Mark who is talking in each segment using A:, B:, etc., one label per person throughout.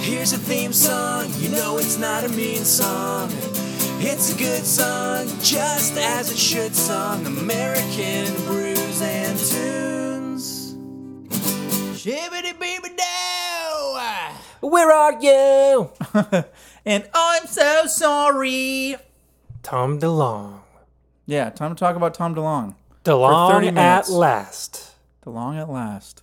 A: Here's a theme song, you know it's not a mean song. It's a good song, just as it should song. American brews and tunes. Shibbity beeby dow!
B: Where are you?
C: And I'm so sorry.
B: Tom DeLong.
C: Yeah, time to talk about Tom DeLong.
B: DeLong at
C: minutes.
B: last.
C: DeLong at last.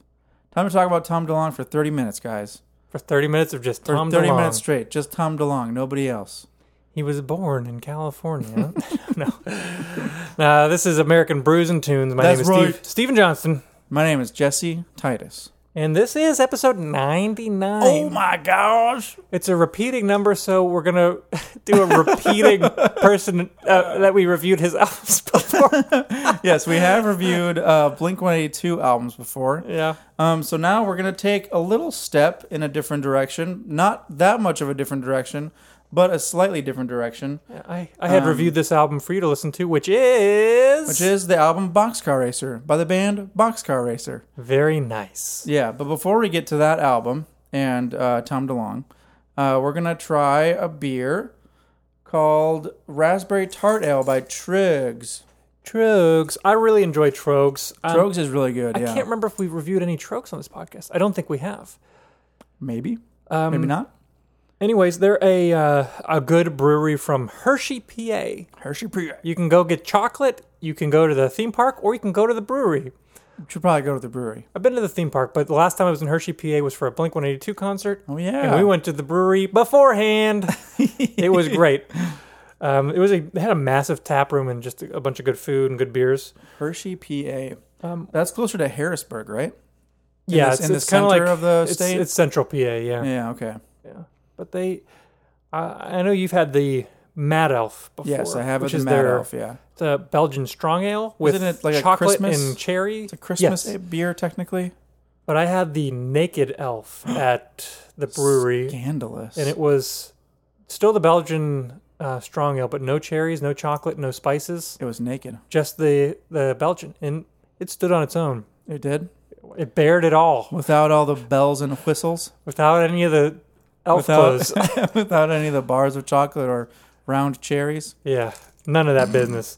C: Time to talk about Tom DeLong for 30 minutes, guys.
B: For 30 minutes of just
C: For
B: Tom
C: 30
B: DeLong.
C: minutes straight. Just Tom DeLong, nobody else.
B: He was born in California. no. Uh, this is American Brews and Tunes. My
C: That's
B: name is
C: right.
B: Steve, Stephen Johnston.
C: My name is Jesse Titus.
B: And this is episode 99.
C: Oh my gosh.
B: It's a repeating number, so we're gonna do a repeating person uh, that we reviewed his albums before.
C: yes, we have reviewed uh, Blink 182 albums before.
B: yeah,
C: Um, so now we're going to take a little step in a different direction. Not that much of a different direction, but a slightly different direction,
B: I, I had reviewed this album for you to listen to, Um, which is
C: which is the album Boxcar Racer by the band Boxcar Racer.
B: very nice.
C: Yeah, but before we get to that album and uh, Tom DeLong, uh, we're going to try a beer called Raspberry Tart Ale by Triggs.
B: Trogs, I really enjoy Trogs. Um,
C: Triggs is really good.
B: I
C: yeah.
B: can't remember if we've reviewed any Trogs on this podcast. I don't think we have.
C: Maybe. Maybe not.
B: Anyways, they're a uh, a good brewery from Hershey, PA.
C: Hershey Pre.
B: You can go get chocolate. You can go to the theme park, or you can go to the brewery.
C: Should probably go to the brewery.
B: I've been to the theme park, but the last time I was in Hershey, PA, was for a Blink One Eighty Two concert.
C: Oh, yeah.
B: and we went to the brewery beforehand. it was great. Um, it was a it had a massive tap room and just a, bunch of good food and good beers.
C: Hershey, PA.
B: Um,
C: That's closer to Harrisburg, right?
B: yeah,
C: this-
B: it's,
C: in the
B: it's kind of like
C: center of the
B: it's,
C: state?
B: It's central PA, yeah.
C: Yeah, okay.
B: But they, I I know you've had the Mad Elf before.
C: Yes, I have it
B: which
C: in
B: is
C: Mad
B: their-
C: Elf, yeah.
B: It's a Belgian strong ale with
C: Isn't it like a
B: chocolate
C: Christmas-
B: and cherry.
C: It's a Christmas
B: Yes.
C: beer, technically.
B: But I had the Naked Elf at the brewery.
C: Scandalous.
B: and it was still the Belgian uh, strong ale, but no cherries, no chocolate, no spices,
C: it was naked.
B: just the the Belgian, and it stood on its own.
C: It did?
B: It bared it all
C: Without all the bells and whistles,
B: without any of the elf
C: Without-
B: clothes.
C: without any of the bars of chocolate or round cherries.
B: yeah, none of that business.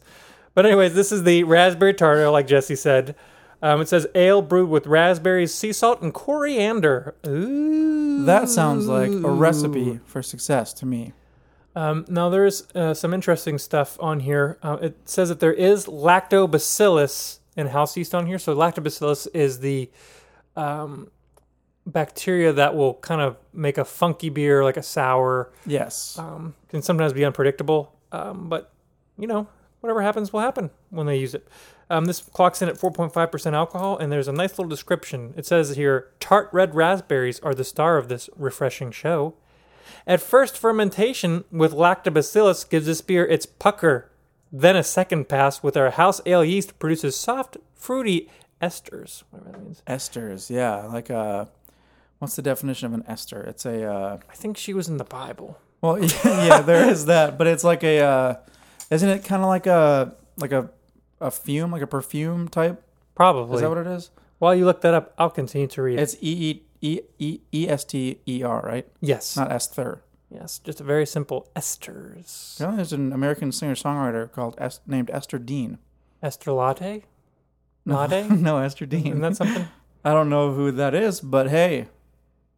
B: But anyways, this is the raspberry tart ale, like Jesse said. Um, it says ale brewed with raspberries, sea salt, and coriander. Ooh,
C: That sounds like a recipe for success to me.
B: Um, now there's uh, some interesting stuff on here. Uh, it says that there is lactobacillus in house yeast on here. So lactobacillus is the um, bacteria that will kind of make a funky beer, like a sour.
C: Yes.
B: Um, can sometimes be unpredictable, um, but you know whatever happens will happen when they use it. Um, this clocks in at 4.5% alcohol, and there's a nice little description. It says here, tart red raspberries are the star of this refreshing show. At first, fermentation with lactobacillus gives this beer its pucker. Then a second pass with our house ale yeast produces soft, fruity esters. Whatever that means.
C: Esters, yeah. Like a. What's the definition of an ester? It's a. Uh,
B: I think she was in the Bible.
C: well, yeah, there is that, but it's like a. Uh, isn't it kind of like a like a a fume, like a perfume type?
B: Probably.
C: Is that what it is?
B: While you look that up, I'll continue to read.
C: It's E E E E S T E R, right?
B: yes.
C: Not Esther.
B: Yes, just a very simple esters.
C: Apparently, there's an American singer-songwriter called es- named Esther Dean.
B: Ester latte? Latte?
C: no, Esther
B: Isn't
C: Dean.
B: that something?
C: I don't know who that is, but hey,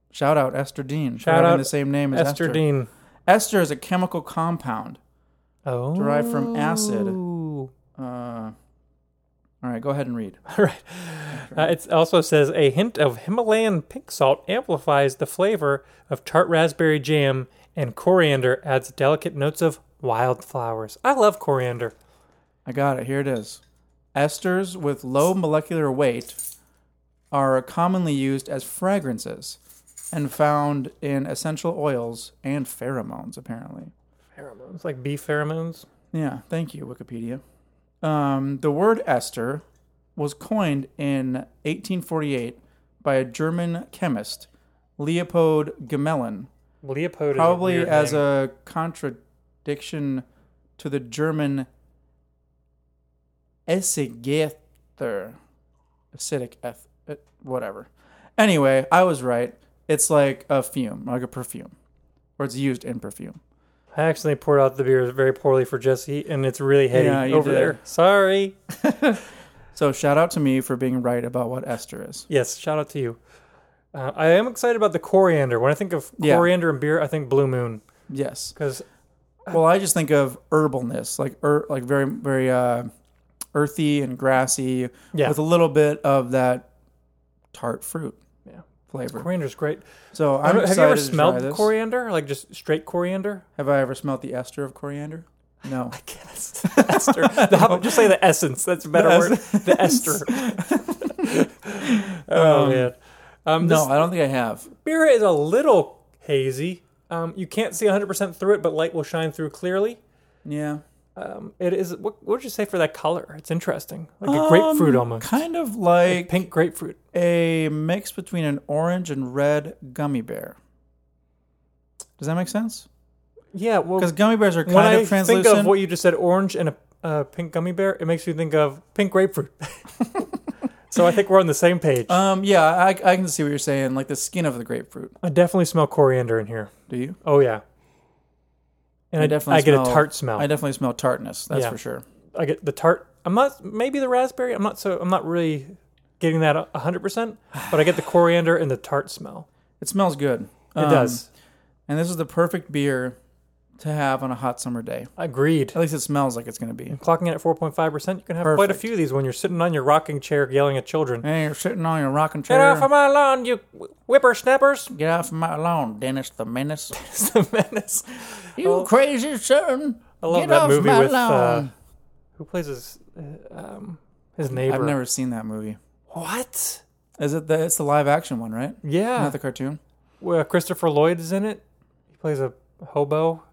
C: shout out Esther Dean. for
B: Shout
C: having
B: out
C: the same name as
B: Esther,
C: Esther.
B: Dean.
C: Esther is a chemical compound.
B: Oh.
C: Derived from acid.
B: All
C: Uh, all right, go ahead and read.
B: right. Uh, it also says a hint of Himalayan pink salt amplifies the flavor of tart raspberry jam, and coriander adds delicate notes of wildflowers. I love coriander.
C: I got it. Here it is. Esters with low molecular weight are commonly used as fragrances and found in essential oils and pheromones, apparently.
B: Pheromones, like bee pheromones.
C: Yeah, thank you, Wikipedia. Um, the word ester was coined in 1848 by a German chemist, Leopold Gmelin,
B: Leopold is
C: probably
B: a weird
C: as
B: name.
C: a contradiction to the German Essigether, acidic, eth- eh, whatever. uh, Anyway, I was right. It's like a fume, like a perfume, or it's used in perfume.
B: I accidentally poured out the beer very poorly for Jesse, and it's really heady
C: Yeah, you
B: over
C: did.
B: there. Sorry.
C: So shout out to me for being right about what ester is.
B: Yes, shout out to you. Uh, I am excited about the coriander. When I think of
C: Yeah.
B: coriander and beer, I think Blue Moon
C: Yes.
B: because
C: Well, I just think of herbalness, like er, like very very uh, earthy and grassy,
B: Yeah.
C: with a little bit of that tart fruit
B: Yeah.
C: flavor.
B: coriander's great.
C: So
B: I
C: I'm
B: don't- have
C: excited
B: you ever
C: to try
B: smelled
C: this.
B: coriander? Like just straight coriander?
C: Have I ever smelled the ester of coriander? No.
B: Yes. Ester. The- how about- just say the essence. That's a better
C: The
B: word. The ester. oh,
C: Um,
B: man. Um,
C: No,
B: this
C: I don't think I have.
B: beer is a little hazy. Um, you can't see 100% through it, but light will shine through clearly.
C: Yeah.
B: Um, it is, what, what would you say for that color? It's interesting. Like a grapefruit
C: Um,
B: almost.
C: Kind of like
B: Pink grapefruit.
C: a mix between an orange and red gummy bear. Does that make sense?
B: Yeah, well,
C: Because gummy bears are kind
B: when
C: of
B: I
C: translucent.
B: think of what you just said, orange and a uh, pink gummy bear, it makes me think of pink grapefruit. so I think we're on the same page.
C: um, yeah, I, I can see what you're saying. Like the skin of the grapefruit.
B: I definitely smell coriander in here.
C: Do you?
B: Oh yeah, and I,
C: definitely
B: I get
C: smell-
B: a tart smell.
C: I definitely smell tartness. That's
B: Yeah.
C: for sure.
B: I get the tart. I'm not maybe the raspberry. I'm not so. I'm not really getting that hundred percent, but I get the coriander and the tart smell.
C: It smells good. Um,
B: It does.
C: And this is the perfect beer to have on a hot summer day.
B: Agreed.
C: At least it smells like it's going to be.
B: Clocking in at 4.5 percent, you can have quite a
C: uh, Perfect.
B: few of these when you're sitting on your rocking chair yelling at children.
C: Hey, you're sitting on your rocking chair.
B: Get off of my lawn, you whippersnappers!
C: Get off my lawn, Dennis the Menace.
B: It's the menace.
C: You
B: Oh.
C: crazy son.
B: I love
C: Get
B: that
C: off
B: movie
C: my
B: with uh,
C: lawn.
B: who plays his uh, um, his neighbor.
C: I've never seen that movie.
B: What?
C: Is it the it's the live action one, right?
B: Yeah,
C: Not the cartoon.
B: Well, Christopher Lloyd is in it. He plays a hobo,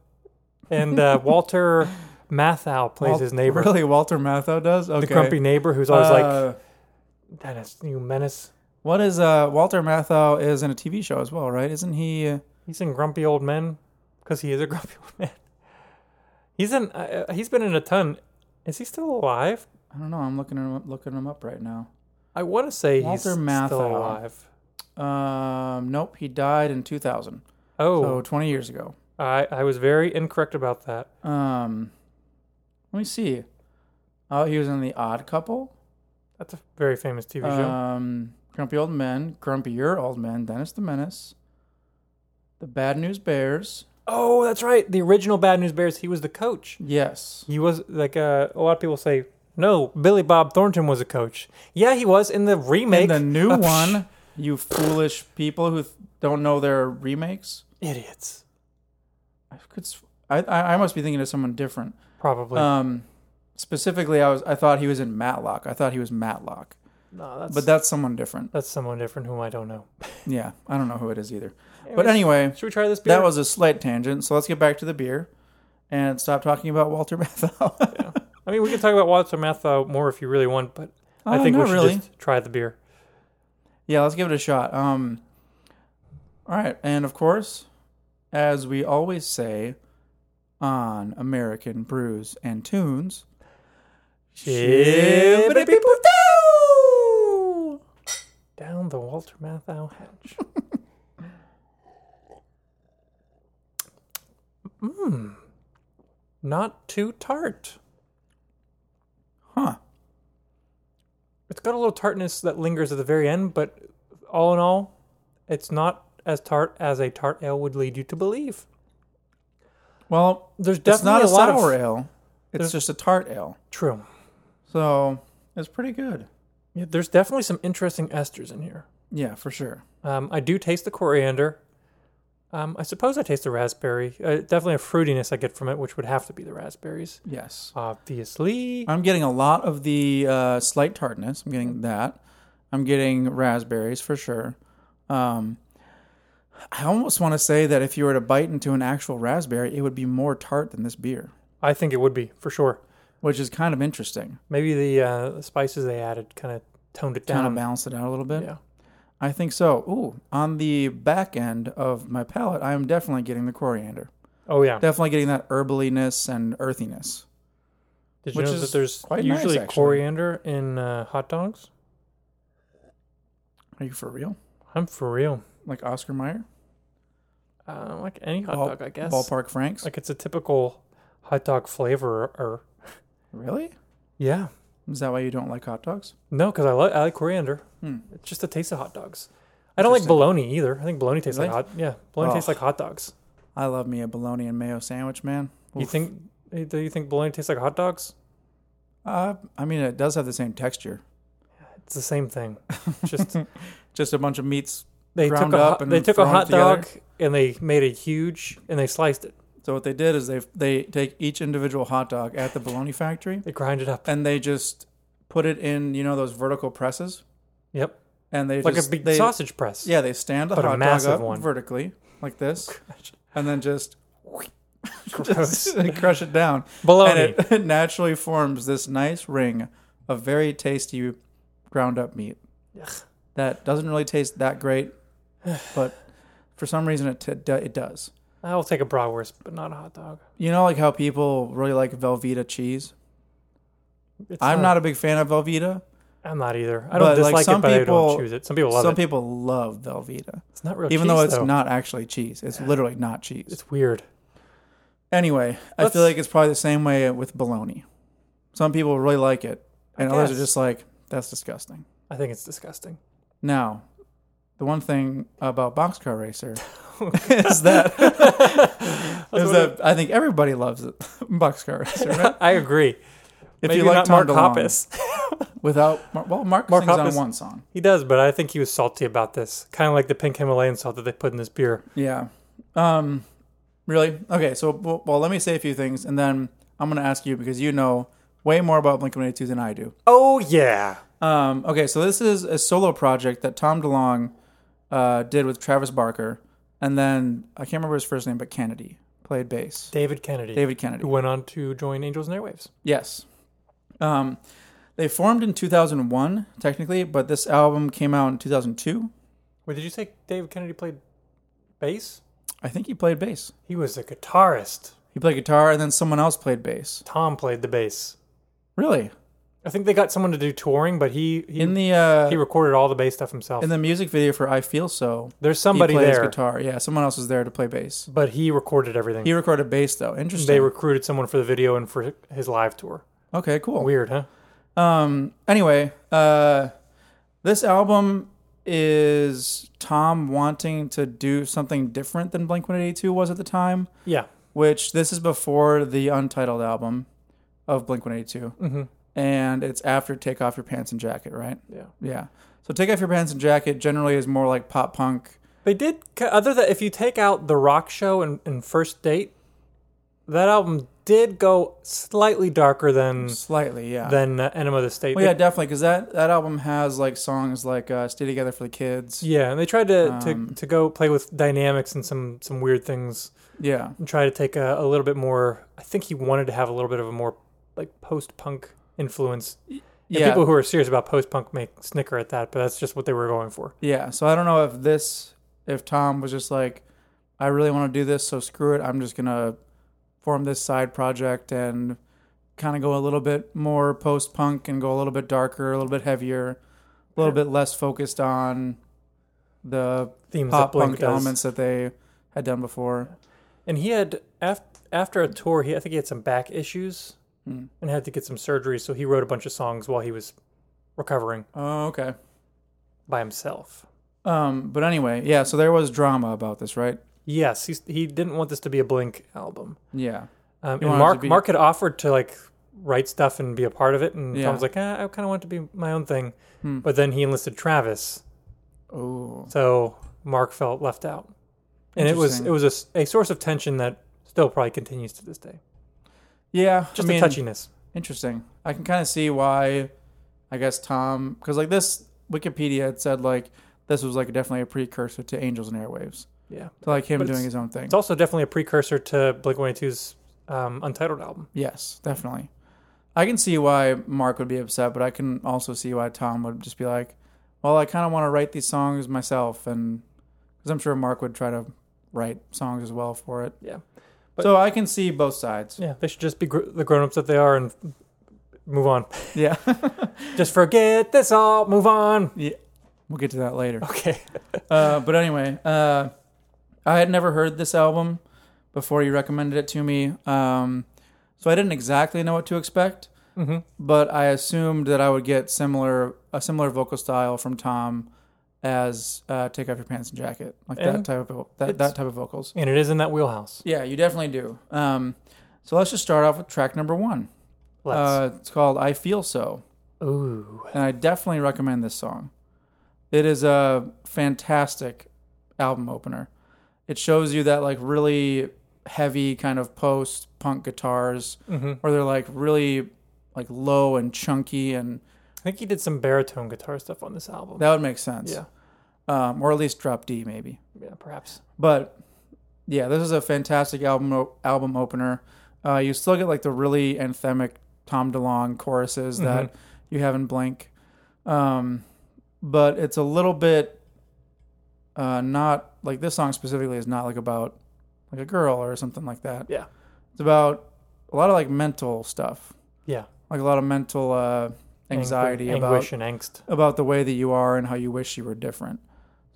B: and uh, Walter Matthau plays his neighbor,
C: Really, Walter Matthau does? Okay.
B: the grumpy neighbor who's always like,
C: Uh,
B: "Dennis, you menace."
C: what is uh Walter Matthau is in a TV show as well, right? Isn't he uh,
B: He's in Grumpy Old Men because he is a grumpy old man. He's in. Uh, uh, he's been in a ton. Is he still alive?
C: I don't know, I'm looking him up, looking him up right now.
B: I want to say
C: Walter
B: he's still
C: Matthau.
B: alive.
C: Um nope, he died in 2000. So
B: Oh,
C: 20 years ago.
B: I, I was very incorrect about that.
C: Um Let me see. Oh, he was in The Odd Couple.
B: That's a very famous TV show.
C: Um, Grumpy Old Men, Grumpier Old Men, Dennis the Menace, The Bad News Bears.
B: Oh, that's right. The original Bad News Bears. He was the coach.
C: Yes.
B: He was like uh, a lot of people say. No, Billy Bob Thornton was a coach. Yeah, he was in the remake.
C: And the new
B: Uh, psh,
C: one, you foolish people who th- don't know their remakes.
B: idiots,
C: I could. s- I, I I must be thinking of someone different.
B: probably.
C: Um, specifically, I was. I thought he was in Matlock. I thought he was Matlock,
B: no, that's
C: but that's someone different.
B: that's someone different whom I don't know.
C: Yeah, I don't know who it is either. But anyway,
B: Should we try this beer?
C: that was a slight tangent. So let's get back to the beer, and stop talking about Walter Matthau.
B: I mean, we can talk about Walter Matthau uh, more if you really want, but I
C: Uh,
B: think we
C: not
B: should
C: really.
B: just try the beer.
C: Yeah, let's give it a shot. Um, all right, and of course, as we always say on American Brews and Tunes, shibbity-people-doo!
B: Down the Walter Matthau hatch. Mmm. Not too tart.
C: huh?
B: It's got a little tartness that lingers at the very end, but all in all, it's not as tart as a tart ale would lead you to believe.
C: Well,
B: There's
C: it's not
B: definitely
C: a
B: a lot of
C: sour ale; it's just a tart ale.
B: true.
C: So it's pretty good.
B: Yeah, there's definitely some interesting esters in here.
C: Yeah, for sure.
B: Um, I do taste the coriander. Um, I suppose I taste the raspberry. Uh, definitely a fruitiness I get from it, which would have to be the raspberries,
C: Yes,
B: obviously.
C: I'm getting a lot of the uh, slight tartness. I'm getting that. I'm getting raspberries for sure. Um, I almost want to say that if you were to bite into an actual raspberry, it would be more tart than this beer,
B: I think it would be for sure.
C: which is kind of interesting.
B: Maybe the uh, spices they added kind of toned it
C: Kind of
B: down.
C: balance it out a little bit.
B: Yeah.
C: I think so. Ooh, on the back end of my palate, I am definitely getting the coriander.
B: Oh yeah.
C: Definitely getting that herbaliness and earthiness.
B: Did you
C: which
B: know
C: is
B: that there's
C: quite nice,
B: usually
C: actually.
B: coriander in uh, hot dogs?
C: Are you for real?
B: I'm for real.
C: Like Oscar Mayer?
B: Um, like any hot
C: Ball-
B: dog, I guess.
C: Ballpark Franks?
B: Like it's a typical hot dog flavor. Or
C: really?
B: yeah,
C: Is that why you don't like hot dogs?
B: no, because I like I like coriander.
C: Hmm.
B: It's just the taste of hot dogs. I don't like bologna either. I think bologna tastes
C: Really?
B: like hot. Yeah, bologna
C: Oh.
B: tastes like hot dogs.
C: I love me a bologna and mayo sandwich, man.
B: You think? eh, Do you think bologna tastes like hot dogs?
C: Uh, I mean, it does have the same texture.
B: It's the same thing. Just
C: Just a bunch of meats.
B: they
C: Ground
B: took a
C: up
B: hot,
C: and
B: they took a
C: thrown it
B: hot
C: together.
B: dog and they made it huge and they sliced it.
C: So what they did is they they take each individual hot dog at the bologna factory
B: They grind it up.
C: and they just put it in you know those vertical presses
B: Yep,
C: and they
B: like
C: just,
B: a big
C: they,
B: sausage press.
C: Yeah, they stand the
B: But a
C: hot dog
B: massive
C: up
B: one.
C: vertically like this, and then just
B: Gross.
C: crush it down.
B: bologna.
C: and it, it naturally forms this nice ring of very tasty ground up meat that doesn't really taste that great, but for some reason it t- do- it does.
B: I will take a bratwurst, but not a hot dog.
C: You know, like how people really like Velveeta cheese.
B: It's
C: I'm not a big fan of Velveeta.
B: I'm not either.
C: But,
B: I don't
C: like,
B: dislike
C: some
B: it, but I
C: people-
B: don't choose it. Some people love
C: Some
B: it.
C: people love Velveeta,
B: it's not real
C: even
B: cheese,
C: though it's
B: though.
C: not actually cheese. It's literally not cheese.
B: It's weird.
C: Anyway, I
B: Let's-
C: feel like it's probably the same way with bologna. Some people really like it, and others are
B: guess.
C: just like, that's disgusting.
B: I think it's disgusting.
C: Now, the one thing about Boxcar Racer is that, is that I think everybody loves it. Boxcar Racer, right?
B: I agree.
C: If
B: Maybe
C: you like
B: not Mark
C: Tom DeLonge.
B: Hoppus.
C: without Mar- well, Mark,
B: Mark
C: sings
B: Hoppus-
C: on one song.
B: He does, but I think he was salty about this. Kind of like the pink Himalayan salt that they put in this beer.
C: Yeah. Um, really? Okay. So, well, well, let me say a few things, and then I'm going to ask you because you know way more about Blink 182 than I do.
B: Oh, yeah.
C: Um, okay, so this is a solo project that Tom DeLong uh, did with Travis Barker, and then I can't remember his first name, but Kennedy played bass.
B: David Kennedy.
C: David Kennedy.
B: Who went on to join Angels and Airwaves.
C: Yes. Um, they formed in 2001, technically, but this album came out in 2002.
B: Wait, did you say David Kennedy played bass?
C: I think he played bass.
B: He was a guitarist.
C: He played guitar, and then someone else played bass.
B: Tom played the bass.
C: Really?
B: I think they got someone to do touring, but he he,
C: In the uh,
B: he recorded all the bass stuff himself.
C: in the music video for "I Feel So,"
B: There's somebody
C: he plays
B: there,
C: guitar. Yeah, someone else was there to play bass.
B: but he recorded everything.
C: He recorded bass though. Interesting.
B: they recruited someone for the video and for his live tour.
C: okay, cool.
B: Weird, huh?
C: Um. Anyway, uh, this album is Tom wanting to do something different than Blink One Eighty Two was at the time,
B: Yeah.
C: which this is before the untitled album of Blink One mm-hmm. and it's after Take Off Your Pants and Jacket, right?
B: Yeah.
C: Yeah. So Take Off Your Pants and Jacket generally is more like pop punk.
B: They did ca- other than if you take out the rock show and, and first date, that album did go slightly darker than
C: Slightly, yeah.
B: than uh, Enema of the State.
C: well, yeah,
B: They-
C: definitely, because that, that album has like songs like uh, "Stay Together for the Kids."
B: yeah, and they tried to,
C: Um.
B: to, to go play with dynamics and some, some weird things
C: Yeah,
B: and try to take a, a little bit more. I think he wanted to have a little bit of a more like post punk influence. And
C: yeah.
B: people who are serious about post punk may snicker at that, but that's just what they were going for.
C: Yeah, so I don't know if this, if Tom was just like, I really want to do this, so screw it. I'm just going to form this side project and kind of go a little bit more post punk and go a little bit darker, a little bit heavier, a little bit less focused on the
B: Themes that
C: pop
B: Blink
C: punk
B: does.
C: elements that they had done before.
B: And he had after after a tour, he I think he had some back issues
C: Hmm.
B: and had to get some surgery, so he wrote a bunch of songs while he was recovering
C: Oh, okay.
B: by himself.
C: Um, but anyway, yeah, so there was drama about this, right?
B: Yes, he's, he didn't want this to be a Blink album.
C: Yeah.
B: Um,
C: He
B: and
C: wanted
B: Mark
C: to be-
B: Mark had offered to like write stuff and be a part of it, and
C: Yeah. Hmm.
B: Tom's like, eh, I kind of want it to be my own thing. But then he enlisted Travis,
C: Oh,
B: so Mark felt left out, and it was
C: Interesting.
B: it was a s- a, source of tension that still probably continues to this day.
C: yeah.
B: Just
C: I mean,
B: a touchiness.
C: Interesting. I can kind of see why. I guess Tom, because like this Wikipedia had said like this was like definitely a precursor to Angels and Airwaves,
B: Yeah,
C: to like him
B: But
C: doing
B: it's-
C: his own thing.
B: It's also definitely a precursor to Blink 182's um, Untitled album.
C: yes, definitely. I can see why Mark would be upset, but I can also see why Tom would just be like, "Well, I kind of want to write these songs myself," and because I'm sure Mark would try to write songs as well for it.
B: Yeah. But-
C: so I can see both sides.
B: Yeah, they should just be gr- the grown ups that they are and move on.
C: Yeah.
B: just forget this all, move on.
C: yeah. We'll get to that later.
B: Okay.
C: Uh, but anyway, uh, I had never heard this album before you recommended it to me, um, so I didn't exactly know what to expect.
B: Mm-hmm.
C: But I assumed that I would get similar a similar vocal style from Tom as uh, "Take Off Your Pants and Jacket," like that
B: And
C: type of that, that type of vocals.
B: and it is in that wheelhouse.
C: Yeah, you definitely do. Um, so let's just start off with track number one.
B: Let's.
C: Uh, it's called "I Feel So."
B: Ooh.
C: and I definitely recommend this song. It is a fantastic album opener. It shows you that like really heavy kind of post punk guitars,
B: Mm-hmm.
C: where they're like really like low and chunky, and
B: I think he did some baritone guitar stuff on this album.
C: that would make sense.
B: Yeah.
C: um, or at least drop D maybe.
B: yeah, perhaps.
C: But yeah, this is a fantastic album o- album opener. Uh, you still get like the really anthemic Tom DeLonge choruses that you have in Blink, um, but it's a little bit uh, not like this song specifically is not like about like a girl or something like that.
B: Yeah.
C: It's about a lot of like mental stuff,
B: Yeah.
C: like a lot of mental uh, anxiety
B: Angu-
C: about
B: anguish, and angst.
C: about the way that you are and how you wish you were different.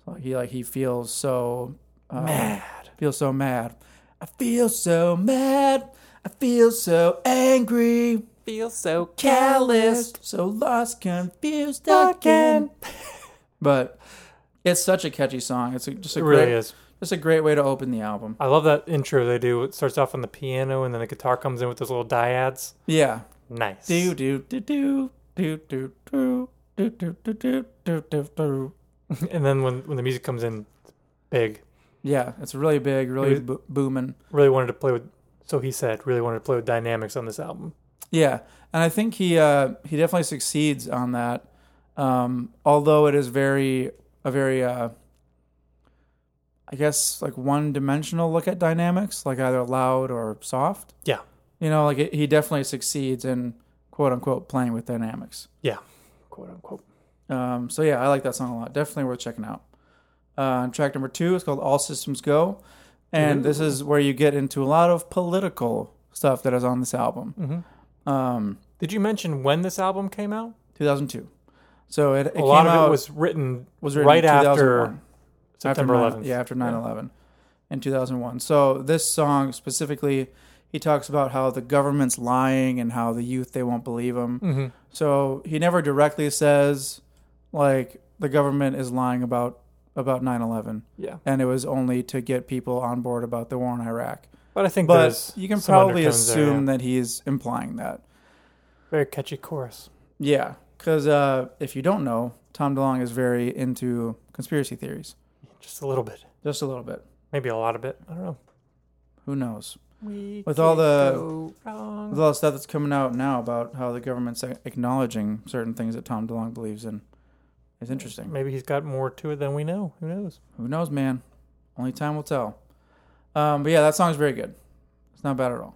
C: So he like he feels so uh, mad. Feels so mad. I feel so mad. I feel so angry,
B: Feel so
C: callous, so lost, confused again. but it's such a catchy song. It's a, just a
B: It really
C: great,
B: is.
C: Just a great way to open the album.
B: I love that intro they do. It starts off on the piano, and then the guitar comes in with those little dyads.
C: Yeah.
B: Nice.
C: Do do do do do do do do do do do do do do.
B: And then when, when the music comes in, it's big.
C: Yeah, it's really big, really
B: It-
C: bo- booming.
B: Really wanted to play with. So he said, really wanted to play with dynamics on this album.
C: Yeah, and I think he uh, he definitely succeeds on that. Um, although it is very a very uh, I guess like one dimensional look at dynamics, like either loud or soft.
B: Yeah.
C: You know, like it, he definitely succeeds in quote unquote playing with dynamics.
B: Yeah. Quote unquote.
C: Um, so yeah, I like that song a lot. Definitely worth checking out. Uh, and track number two is called "All Systems Go," and this is where you get into a lot of political stuff that is on this album. Um,
B: Did you mention when this album came out?
C: 2002. So it, it
B: a lot
C: came
B: of
C: out
B: it was written,
C: was written
B: right
C: in
B: after
C: 2001.
B: September
C: After
B: 11th.
C: nine- Yeah, after 9/11 in 2001. So this song specifically, he talks about how the government's lying and how the youth they won't believe him. So he never directly says like the government is lying about about 9/11,
B: Yeah.
C: and it was only to get people on board about the war in Iraq.
B: But I think
C: But
B: there's
C: you can
B: some
C: probably
B: undertones there, yeah.
C: assume that he's implying that.
B: Very catchy chorus.
C: Yeah, because uh, if you don't know, Tom DeLonge is very into conspiracy theories,
B: Just a little bit.
C: just a little bit.
B: Maybe a lot of it. I don't know.
C: Who knows?
B: We
C: With all
B: could
C: the-
B: go wrong.
C: With all the stuff that's coming out now about how the government's a- acknowledging certain things that Tom DeLonge believes in, it's interesting.
B: Maybe he's got more to it than we know. Who knows?
C: Who knows, man? Only time will tell. Um, but yeah, that song's very good. It's not bad at all.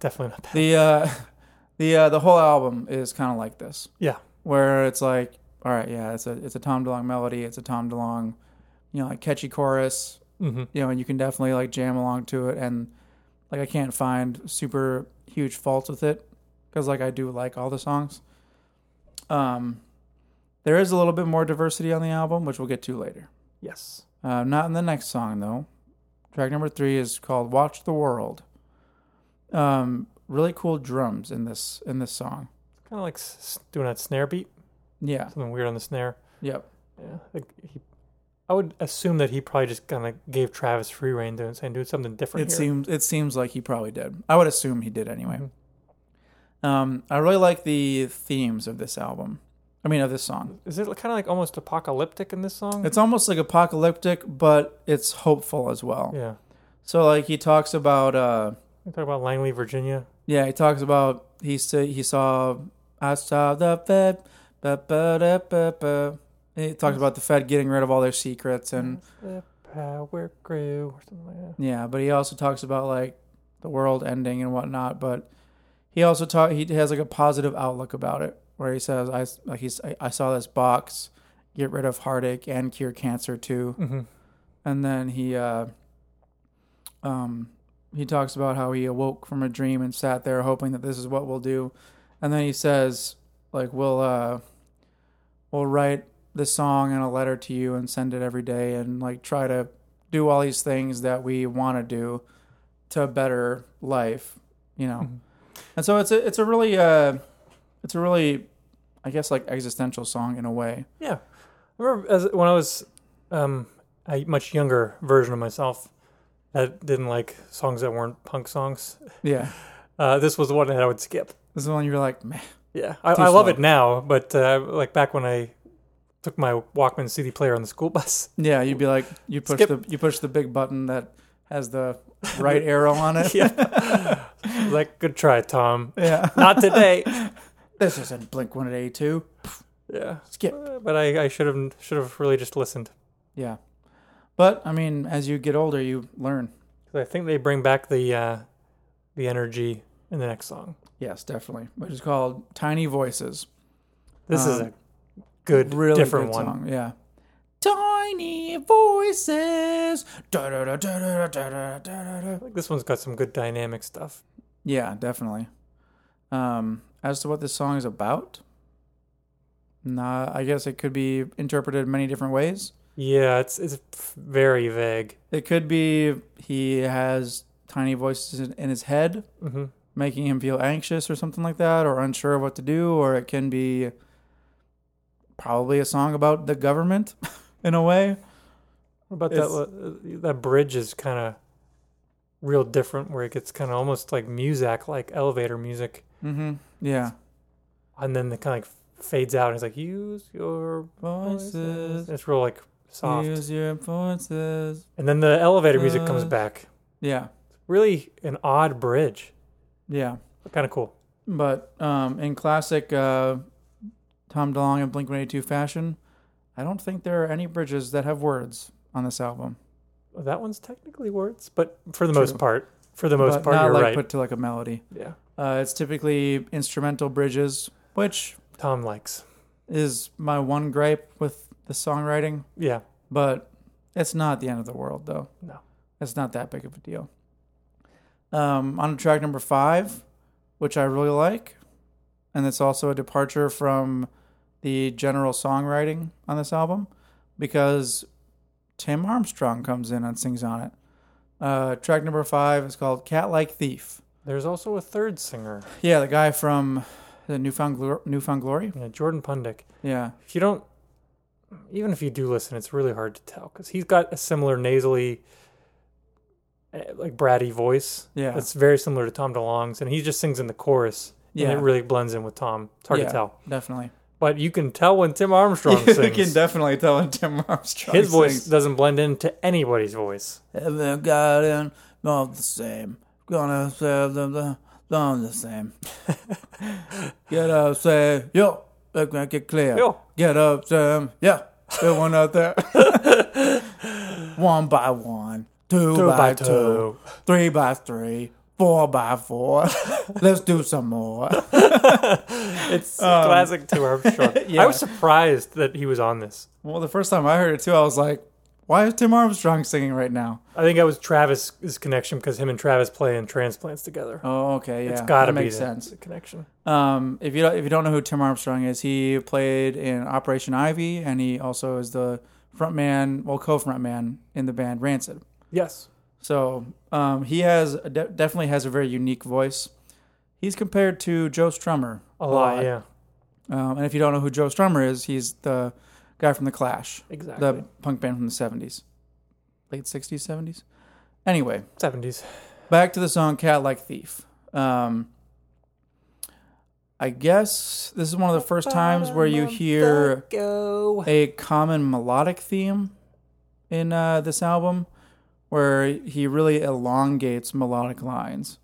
B: Definitely not that.
C: The uh, the uh, the whole album is kind of like this.
B: Yeah.
C: where it's like, all right, yeah, it's a it's a Tom DeLonge melody, it's a Tom DeLonge, you know, like catchy chorus,
B: Mm-hmm.
C: you know, and you can definitely like jam along to it. And like, I can't find super huge faults with it because like I do like all the songs. Um, there is a little bit more diversity on the album, which we'll get to later.
B: Yes.
C: Uh, not in the next song though. Track number three is called "Watch the World." Um, really cool drums in this in this song.
B: Kind of like s- s- doing that snare beat.
C: Yeah.
B: Something weird on the snare.
C: Yep.
B: Yeah. Like he, I would assume that he probably just kind of gave Travis free reign doing saying do something different
C: It
B: here.
C: seems it seems like he probably did. I would assume he did anyway. Um, I really like the themes of this album. I mean, of this song.
B: Mm-hmm. Is it kind of like almost apocalyptic in this song?
C: It's almost like apocalyptic, but it's hopeful as well.
B: yeah.
C: So, like, he talks about, uh,
B: We talk about Langley, Virginia.
C: yeah, he talks about he sa- he saw I saw the Fed. Ba, ba, da, ba, ba. He talks about the Fed getting rid of all their secrets and
B: The power grew or something like that.
C: Yeah, but he also talks about like the world ending and whatnot. But he also talk he has like a positive outlook about it, where he says, "I s- like he's I, I saw this box, get rid of heartache and cure cancer too." And then he uh, um he talks about how he awoke from a dream and sat there hoping that this is what we'll do, and then he says like we'll uh we'll write this song and a letter to you and send it every day and like try to do all these things that we want to do to a better life, you know. And so it's a it's a really uh it's a really I guess like existential song in a way.
B: Yeah, I remember as when I was um, a much younger version of myself that didn't like songs that weren't punk songs.
C: Yeah.
B: Uh, this was the one that I would skip.
C: This is when you're like, meh.
B: Yeah, I,
C: Too
B: I love
C: slow.
B: it now, but uh, like back when I took my Walkman CD player on the school bus.
C: Yeah, you'd be like you push
B: Skip.
C: the you push the big button that has the right arrow on it.
B: Yeah, I was like good try, Tom.
C: yeah.
B: Not today.
C: This isn't Blink 182.
B: yeah,
C: Skip.
B: Uh, but I, I should have should have really just listened.
C: Yeah. But I mean, as you get older, you learn.
B: 'Cause I think they bring back the uh, the energy in the next song.
C: Yes, definitely. Which is called Tiny Voices.
B: This is
C: Um,
B: a good,
C: Really
B: different
C: good
B: one.
C: song. Yeah. Tiny voices. Da, da, da, da, da, da, da, da, da.
B: Like this one's got some good dynamic stuff.
C: Yeah, definitely. Um, as to what this song is about, nah, I guess it could be interpreted many different ways.
B: Yeah, it's it's very vague.
C: It could be he has tiny voices in- in his head,
B: hmm
C: making him feel anxious or something like that, or unsure of what to do, or it can be probably a song about the government in a way.
B: What about
C: It's-
B: that? li- uh, That bridge is kind of real different, where it gets kind of almost like music, like elevator music,
C: Mm-hmm. Yeah.
B: and then it kind of like fades out. And it's like use your voices.
C: Voices.
B: It's real like soft,
C: Use your voices.
B: and then the elevator music comes
C: Uh,
B: back.
C: Yeah.
B: Really, an odd bridge.
C: Yeah.
B: Kind of cool.
C: But um, in classic uh, Tom DeLonge and Blink 182 fashion, I don't think there are any bridges that have words on this album.
B: That one's technically words, but for the
C: True.
B: most part, for the most
C: But
B: part,
C: not
B: you're
C: like
B: right.
C: put to like a melody.
B: yeah,
C: Uh, it's typically instrumental bridges, which
B: Tom likes.
C: is my one gripe with the songwriting.
B: Yeah,
C: But it's not the end of the world, though.
B: No.
C: It's not that big of a deal. Um, on to track number five, which I really like, and it's also a departure from the general songwriting on this album because Tim Armstrong comes in and sings on it. Uh, track number five is called Cat Like Thief.
B: there's also a third singer,
C: Yeah, the guy from the Newfound, Glor- Newfound Glory.
B: you know, Jordan Pundick.
C: Yeah.
B: if you don't even if you do listen it's really hard to tell because he's got a similar nasally eh, like bratty voice
C: Yeah.
B: that's very similar to tom delong's and he just sings in the chorus
C: Yeah.
B: and it really blends in with tom it's hard
C: Yeah,
B: to tell
C: Definitely.
B: but you can tell when tim armstrong
C: you
B: sings
C: can definitely tell when Tim Armstrong
B: his voice
C: sings.
B: doesn't blend into anybody's voice
C: Haven't gotten all the same. Gonna say them the all the same. Get up, say yo. Let's make it clear.
B: Yo.
C: Get up, Sam. Yeah. There one out there. one by one. Two,
B: Two
C: by,
B: by
C: two,
B: two.
C: Three by three. Four by four. Let's do some more.
B: it's
C: Um,
B: classic tim armstrong i was surprised that he was on this
C: Well, the first time I heard it too, I was like, why is Tim Armstrong singing right now?
B: i think that was travis's connection because him and travis play in transplants together
C: Oh, okay. Yeah.
B: it's gotta
C: that
B: be
C: makes
B: the-
C: sense.
B: the connection
C: Um, if you don't, if you don't know who Tim Armstrong is, he played in Operation Ivy, and he also is the frontman, well, co-frontman in the band Rancid.
B: yes
C: So um, he has a de- definitely has a very unique voice. He's compared to Joe Strummer
B: a lot yeah
C: Um, and if you don't know who Joe Strummer is, he's the guy from the Clash,
B: exactly
C: the punk band from the seventies, late sixties, seventies. Anyway,
B: 70s
C: back to the song cat like thief um i guess this is one of the first times where you hear
B: go.
C: a common melodic theme in uh, this album where he really elongates melodic lines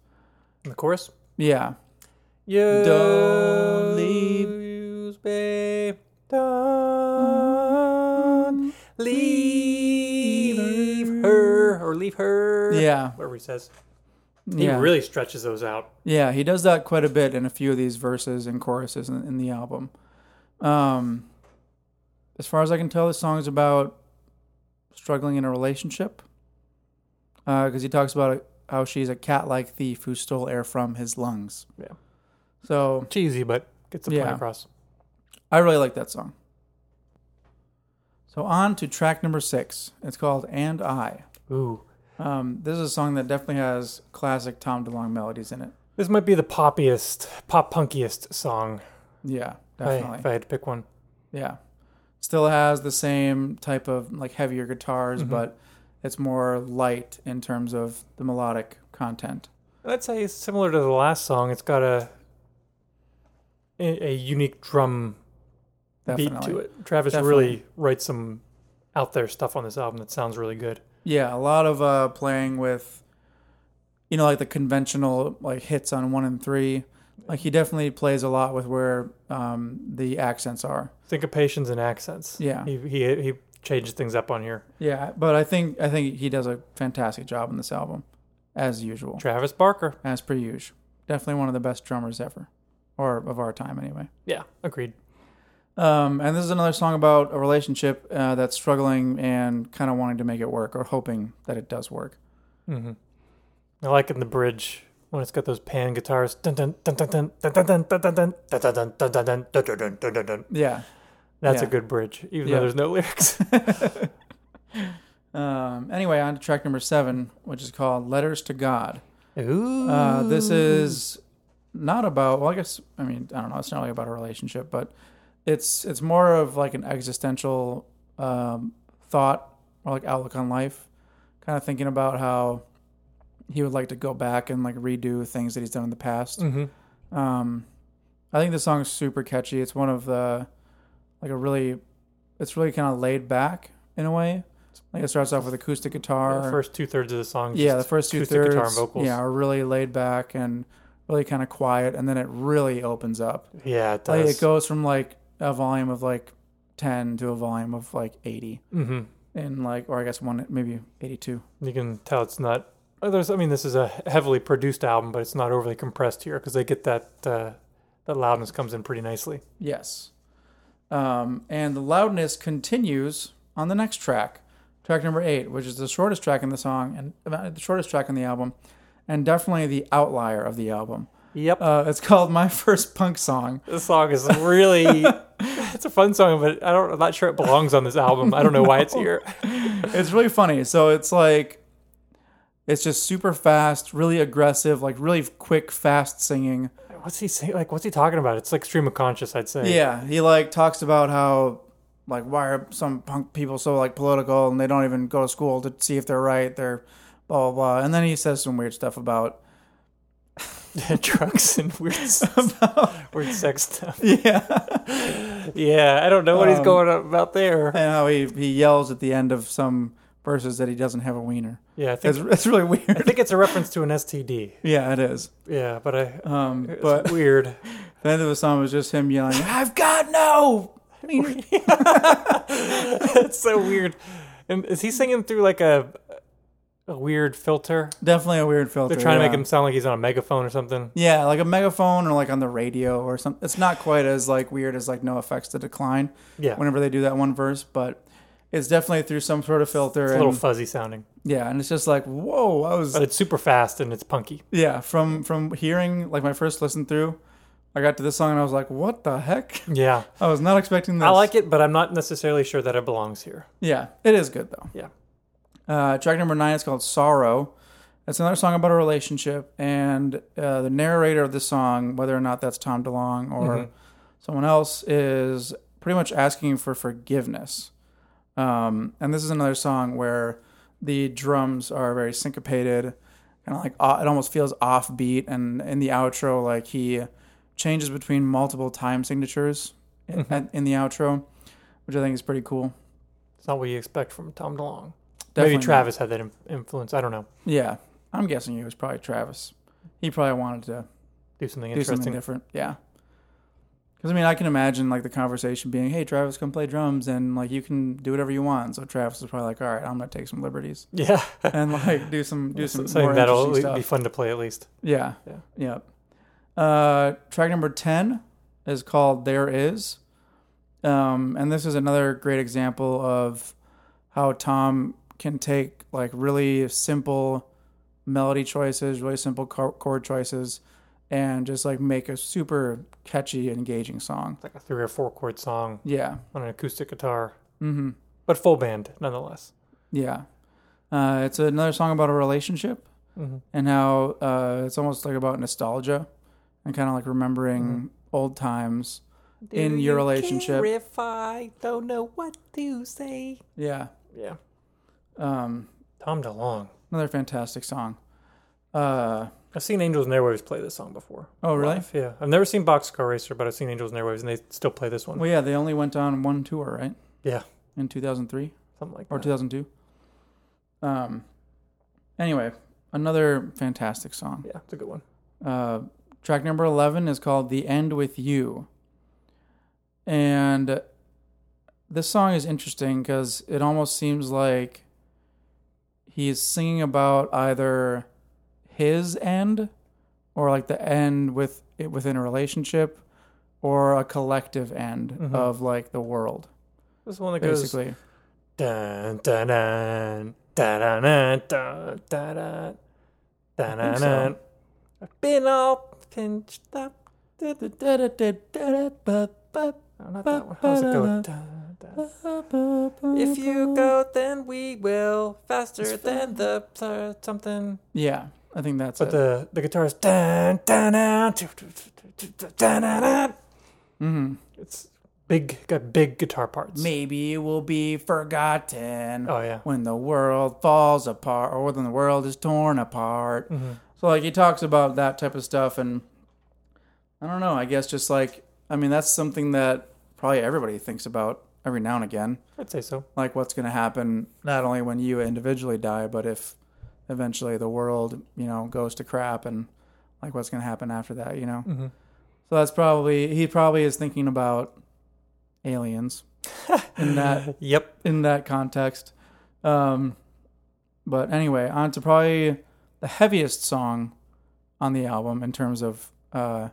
B: The chorus.
C: yeah
B: You
C: Don't leave-
B: use me. Don't leave her or leave her.
C: yeah
B: Whatever he says. He
C: yeah
B: really stretches those out.
C: Yeah, he does that quite a bit in a few of these verses and choruses in, in the album. Um, as far as I can tell, this song is about struggling in a relationship. Because he talks about how she's a cat like thief who stole air from his lungs.
B: Yeah.
C: So
B: Cheesy, but gets the
C: Yeah.
B: point across.
C: I really like that song. So on to track number six. It's called "And I."
B: Ooh,
C: Um, this is a song that definitely has classic Tom DeLonge melodies in it.
B: this might be the poppiest, pop punkiest song.
C: Yeah,
B: if I-
C: definitely.
B: If I had to pick one,
C: Yeah. Still has the same type of like heavier
B: Mm-hmm.
C: guitars, but it's more light in terms of the melodic content.
B: And I'd say it's similar to the last song. It's got a a, a unique drum
C: Definitely.
B: beat to it. Travis
C: Definitely.
B: really writes some out there stuff on this album that sounds really good.
C: Yeah, a lot of uh playing with you know, like the conventional like hits on one and three. Like he definitely plays a lot with where um the accents are.
B: Syncopations and accents.
C: Yeah.
B: he he, he changes things up on here.
C: Yeah, but I think I think he does a fantastic job in this album, as usual.
B: Travis Barker.
C: As per usual. Definitely one of the best drummers ever. Or of our time anyway.
B: Yeah, agreed.
C: Um, and this is another song about a relationship uh, that's struggling and kind of wanting to make it work or hoping that it does work.
B: I like in the bridge when it's got those pan guitars. Dun dun dun dun dun dun dun dun dun dun dun dun dun dun dun dun dun dun dun dun dun dun.
C: Yeah.
B: That's a
C: Yeah.
B: good bridge, even
C: Yeah.
B: though there's no lyrics.
C: Um, anyway, on to track number seven, which is called Letters to God.
B: Ooh,
C: Uh, this is not about, well, I guess, I mean, I don't know. It's not really about a relationship, but it's, it's more of like an existential um, thought or like outlook on life. Kind of thinking about how he would like to go back and like redo things that he's done in the past.
B: Mhm.
C: Um, I think the song is super catchy. It's one of the like a really, it's really kind of laid back in a way. Like it starts off with acoustic guitar.
B: the first two thirds of the song. is
C: yeah,
B: just
C: the first two
B: acoustic
C: thirds,
B: guitar and vocals.
C: yeah, are really laid back and really kind of quiet, and then it really opens up.
B: yeah, it
C: Like
B: does.
C: it goes from like a volume of like ten to a volume of like eighty,
B: hmm
C: and like or I guess one maybe eighty-two.
B: You can tell it's not. oh, There's, I mean, this is a heavily produced album, but it's not overly compressed here because they get that uh, that loudness comes in pretty nicely.
C: Yes. Um, and the loudness continues on the next track, track number eight, which is the shortest track in the song and uh, the shortest track on the album, and definitely the outlier of the album.
B: Yep,
C: Uh, it's called "My First Punk Song."
B: this song is really. it's a fun song, but I don't. I'm not sure it belongs on this album. I don't know why it's here.
C: It's really funny. So it's like, it's just super fast, really aggressive, like really quick, fast singing.
B: What's he saying? Like, what's he talking about? It's like stream of conscious. I'd say.
C: Yeah, he like talks about how like why are some punk people so like political and they don't even go to school to see if they're right. They're blah blah blah, and then he says some weird stuff about
B: drugs and weird, s- weird sex stuff.
C: yeah,
B: Yeah, I don't know what he's going on about there.
C: and how he he yells at the end of some verses that he doesn't have a wiener.
B: Yeah, I think
C: It's it's really
B: I
C: weird.
B: think it's a reference to an STD.
C: Yeah, it is.
B: Yeah, but I.
C: Um,
B: it's
C: but
B: weird.
C: the end of the song was just him yelling, "I've got no." wiener."
B: That's so weird. And is he singing through like a a weird filter?
C: Definitely a weird filter.
B: They're trying to
C: yeah.
B: make him sound like he's on a megaphone or something.
C: Yeah, like a megaphone or like on the radio or something. It's not quite as like weird as like No Effects to Decline.
B: Yeah.
C: Whenever they do that one verse, but it's definitely through some sort of filter.
B: It's a
C: and,
B: little fuzzy sounding.
C: yeah, and it's just like whoa, I was
B: But it's super fast and it's punky.
C: yeah from from hearing like my first listen through, I got to this song and I was like, what the heck?
B: Yeah.
C: I was not expecting this.
B: I like it, but I'm not necessarily sure that it belongs here.
C: Yeah, it is good though.
B: Yeah.
C: Uh, track number nine is called Sorrow. It's another song about a relationship, and uh, the narrator of the song, whether or not that's Tom DeLonge or
B: Mm-hmm.
C: someone else, is pretty much asking for forgiveness. Um, and this is another song where the drums are very syncopated, kind of like uh, it almost feels offbeat. And in the outro, like he changes between multiple time signatures in,
B: Mm-hmm.
C: in the outro, which I think is pretty cool.
B: It's not what you expect from Tom DeLonge.
C: Definitely
B: Maybe
C: not.
B: Travis had that in- influence. I don't know.
C: Yeah, I'm guessing it was probably Travis. He probably wanted to
B: Do something
C: do
B: interesting.
C: something different. Yeah, because I mean, I can imagine like the conversation being, "Hey, Travis, come play drums," and like you can do whatever you want. So Travis was probably like, "All right, I'm gonna take some liberties
B: yeah.
C: and like do some do some
B: something
C: more
B: that'll
C: interesting
B: at least be
C: stuff."
B: fun to play at least.
C: Yeah,
B: Yeah.
C: yeah. Uh, track number ten is called "There Is," um, and this is another great example of how Tom can take like really simple melody choices, really simple chor- chord choices, and just like make a super catchy, engaging song.
B: Like a three or four chord song
C: Yeah,
B: on an acoustic guitar.
C: hmm
B: but full band nonetheless.
C: Yeah. Uh, it's another song about a relationship and how uh, it's almost like about nostalgia and kind of like remembering old times in your relationship.
B: if I don't know what to say.
C: yeah.
B: Yeah.
C: Um,
B: Tom DeLong.
C: another fantastic song. Uh,
B: I've seen Angels and Airwaves play this song before.
C: oh, really?
B: Live, Yeah. I've never seen Boxcar Racer, but I've seen Angels and Airwaves, and they still play this one.
C: Well, yeah, they only went on one tour, right?
B: yeah.
C: In 2003
B: Something like
C: or
B: that.
C: 2002. Um, anyway, another fantastic song.
B: Yeah, it's a good one.
C: Uh, track number 11 is called The End With You. And this song is interesting because it almost seems like he is singing about either his end or like the end with within a relationship or a collective end of like the world
B: This is the one that goes.
C: basically
B: Dun, dun, dun, dun, dun, dun, dun, dun,
C: think
B: dun, dun, dun,
C: so.
B: dun. I've been all pinched up. Da, da, da, da, da, da, da, ba, ba. No, not that one. How's it go? Dun, dun. If you go, then we will faster than the pl- something.
C: yeah i think that's
B: But
C: it
B: the the guitar is dun dun dun tu- tu- tu- tu- tu- dun dun dun.
C: mm-hmm.
B: It's big, got big guitar parts.
C: Maybe it will be forgotten
B: Oh yeah.
C: when the world falls apart or when the world is torn apart. So, like, he talks about that type of stuff. And I don't know, I guess just like, I mean, that's something that probably everybody thinks about every now and again.
B: I'd say so.
C: Like, what's going to happen not only when you individually die, but if eventually the world, you know, goes to crap and like what's going to happen after that, you know? So, that's probably, he probably is thinking about aliens in that
B: Yep.
C: in that context. Um, but anyway, on to probably the heaviest song on the album in terms of uh,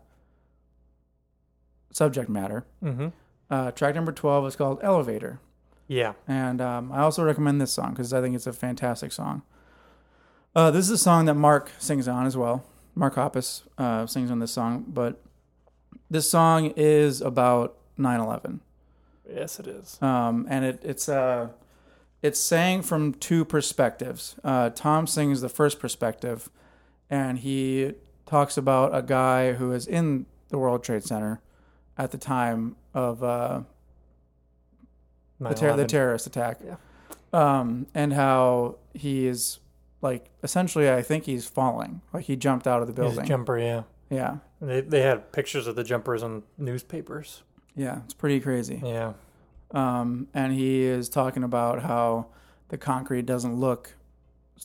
C: subject matter.
B: Mm-hmm.
C: Uh, track number 12 is called Elevator.
B: Yeah.
C: And um, I also recommend this song because I think it's a fantastic song. Uh, this is a song that Mark sings on as well. Mark Hoppus uh, sings on this song, but this song is about 9 11
B: Yes, it is.
C: um, and it, it's uh, it's sang from two perspectives. Uh, Tom sings the first perspective, and he talks about a guy who is in the World Trade Center at the time of uh, the, ter- the
B: 9/11.
C: terrorist attack,
B: Yeah.
C: um, and how he is like essentially, I think he's falling, like he jumped out of the
B: He's a
C: building.
B: jumper. Yeah.
C: yeah,
B: They they had pictures of the jumpers on newspapers.
C: yeah, it's pretty crazy.
B: Yeah.
C: um, and he is talking about how the concrete doesn't look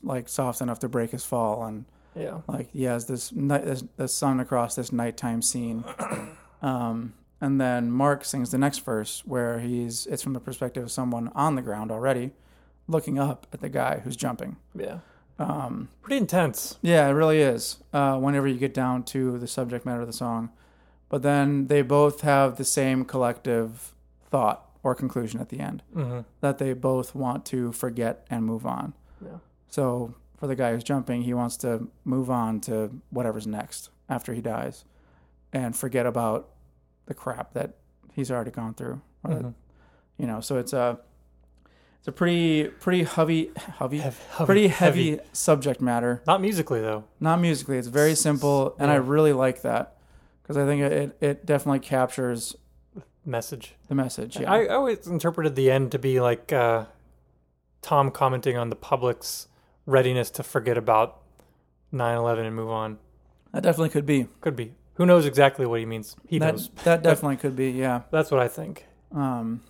C: like soft enough to break his fall, and
B: Yeah.
C: like he has this night this, this sun across this nighttime scene. Um, and then Mark sings the next verse where he's it's from the perspective of someone on the ground already, looking up at the guy who's jumping.
B: Yeah. Um. Pretty intense.
C: Yeah, it really is. Uh, whenever you get down to the subject matter of the song, but then they both have the same collective thought or conclusion at the end
B: Mm-hmm.
C: that they both want to forget and move on.
B: Yeah.
C: So for the guy who's jumping, he wants to move on to whatever's next after he dies and forget about the crap that he's already gone through. Or that- you know, so it's a it's a pretty pretty heavy heavy,
B: heavy-
C: pretty heavy, subject matter.
B: Not musically though.
C: Not musically, it's very simple and I really like that cuz I think it it definitely captures
B: Message.
C: the message. Yeah.
B: I, I always interpreted the end to be like uh, Tom commenting on the public's readiness to forget about 9/11 and move on.
C: that definitely could be.
B: Could be. Who knows exactly what he means? He
C: That
B: knows.
C: that definitely could be. Yeah.
B: That's what I think.
C: Um,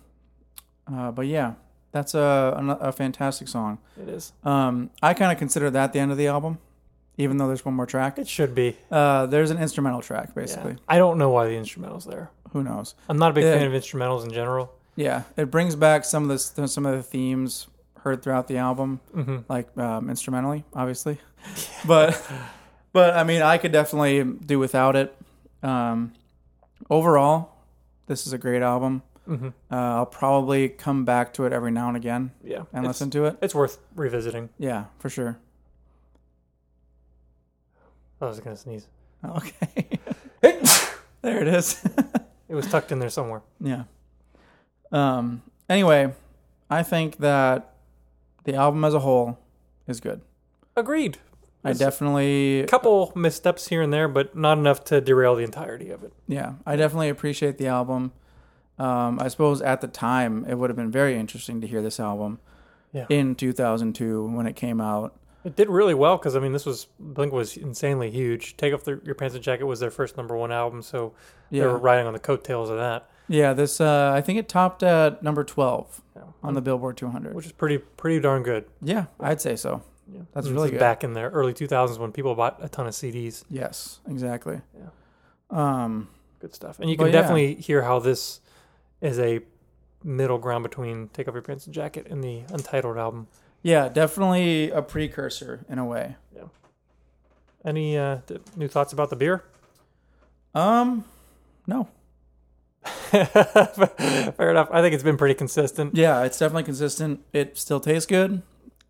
C: uh, but yeah, that's a, an- a fantastic song.
B: It is.
C: Um, I kind of consider that the end of the album, even though there's one more track.
B: It should be.
C: Uh, there's an instrumental track,
B: Yeah.
C: basically.
B: I don't know why the instrumental's there.
C: Who knows?
B: I'm not a big
C: Yeah.
B: fan of instrumentals in general.
C: Yeah, it brings back some of the s- some of the themes heard throughout the album,
B: Mm-hmm.
C: like um, instrumentally, obviously. but but I mean, I could definitely do without it. Um, overall, this is a great album.
B: Mhm.
C: Uh, I'll probably come back to it every now and again
B: Yeah.
C: and
B: it's,
C: listen to it.
B: It's worth revisiting.
C: Yeah, for sure.
B: I was gonna sneeze.
C: Okay.
B: Hey!
C: there it is.
B: It was tucked in there somewhere.
C: yeah. Um anyway, I think that the album as a whole is good.
B: Agreed.
C: I definitely,
B: Couple missteps here and there, but not enough to derail the entirety of it.
C: yeah, I definitely appreciate the album. Um, I suppose at the time it would have been very interesting to hear this album
B: Yeah.
C: in 2002 when it came out.
B: It did really well because I mean, this was Blink was insanely huge. Take off the, your pants and jacket was their first number one album, so
C: Yeah.
B: they were riding on the coattails of that,
C: Yeah, this uh, I think it topped at number 12
B: Yeah.
C: on the Billboard 200.
B: Hmm. which is pretty pretty darn good.
C: yeah, I'd say so.
B: Yeah.
C: That's
B: This
C: really
B: is
C: good.
B: Back in the early 2000s when people bought a ton of CDs,
C: Yes, exactly.
B: Yeah.
C: Um,
B: good stuff, and you
C: Well,
B: can
C: yeah.
B: definitely hear how this is a middle ground between Take Off Your Pants and Jacket and the Untitled album.
C: yeah, definitely a precursor in a way.
B: Any uh, th- new thoughts about the beer?
C: Um, no.
B: Fair enough. I think it's been pretty consistent.
C: Yeah, it's definitely consistent. It still tastes good.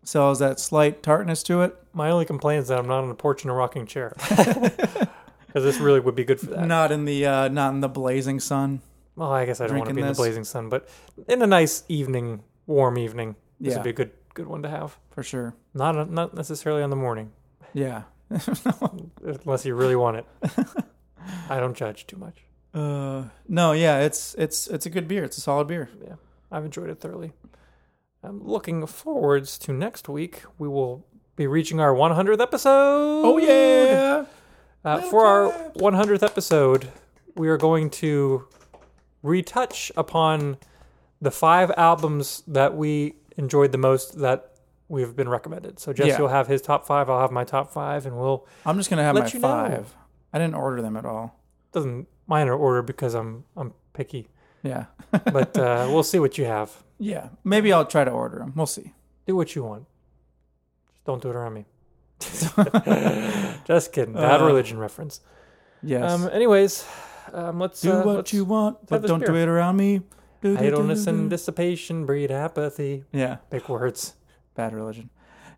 C: Still has that slight tartness to it.
B: My only complaint is that I'm not on a porch in a rocking chair. Because this really would be good for that.
C: Not in the uh, not in the blazing sun.
B: Well, I guess I don't want
C: Drinking
B: to be in the
C: this.
B: blazing sun, but in a nice evening, warm evening, this
C: Yeah.
B: would be a good good one to have.
C: for sure.
B: Not not necessarily on the morning,
C: Yeah.
B: unless you really want it. I don't judge too much.
C: Uh, no, yeah, it's it's it's a good beer. It's a solid beer.
B: Yeah, I've enjoyed it thoroughly. I'm looking forwards to next week. We will be reaching our 100th episode. Oh Uh, for our 100th episode, we are going to retouch upon the five albums that we enjoyed the most that we've been recommended. So Jesse
C: Yeah.
B: will have his top five, I'll have my top five, and we'll
C: I'm just gonna have
B: Let
C: my
B: you know.
C: five. I didn't order them at all.
B: doesn't minor order because I'm I'm picky,
C: Yeah,
B: but uh, we'll see what you have.
C: yeah. Maybe I'll try to order them. We'll see.
B: Do what you want. Just don't do it around me. Just kidding. Bad
C: Uh,
B: religion reference.
C: Yes.
B: Um. Anyways, um. Let's
C: do
B: uh,
C: what
B: let's-
C: you want, but
B: this
C: don't do
B: beer.
C: it around me. Do, do, do, do,
B: Idleness
C: do.
B: and dissipation breed apathy.
C: yeah,
B: Big words.
C: bad religion.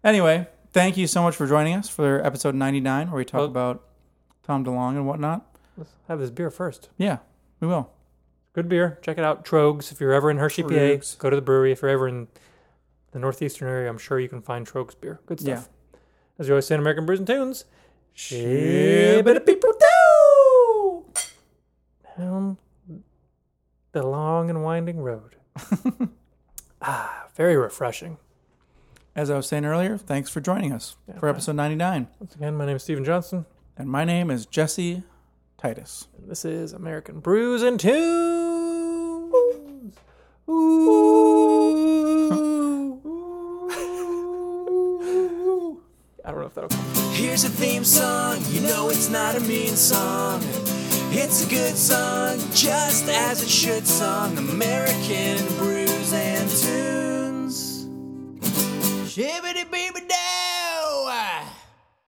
C: Anyway, thank you so much for joining us for episode 99, where we talk
B: Well-
C: about Tom DeLong and whatnot.
B: Let's have this beer first.
C: Yeah, we will.
B: Good beer. Check it out. Trogs. If you're ever in Hershey,
C: Trogues.
B: PA, go to the brewery. If you're ever in the northeastern area, I'm sure you can find Trogs beer. Good stuff. As we always say in American Brews and Tunes,
C: Shibbity people do.
B: down the long and winding road. ah, very refreshing.
C: As I was saying earlier, thanks for joining us for episode 99.
B: Once again, my name is Stephen Johnson.
C: And my name is Jesse Titus.
B: and This is American Brews and Tunes. Ooh. I don't know if that'll come.
A: Here's a theme song, you know it's not a mean song. It's a good song, just as it should song. American brews and tunes. Shibbity beeby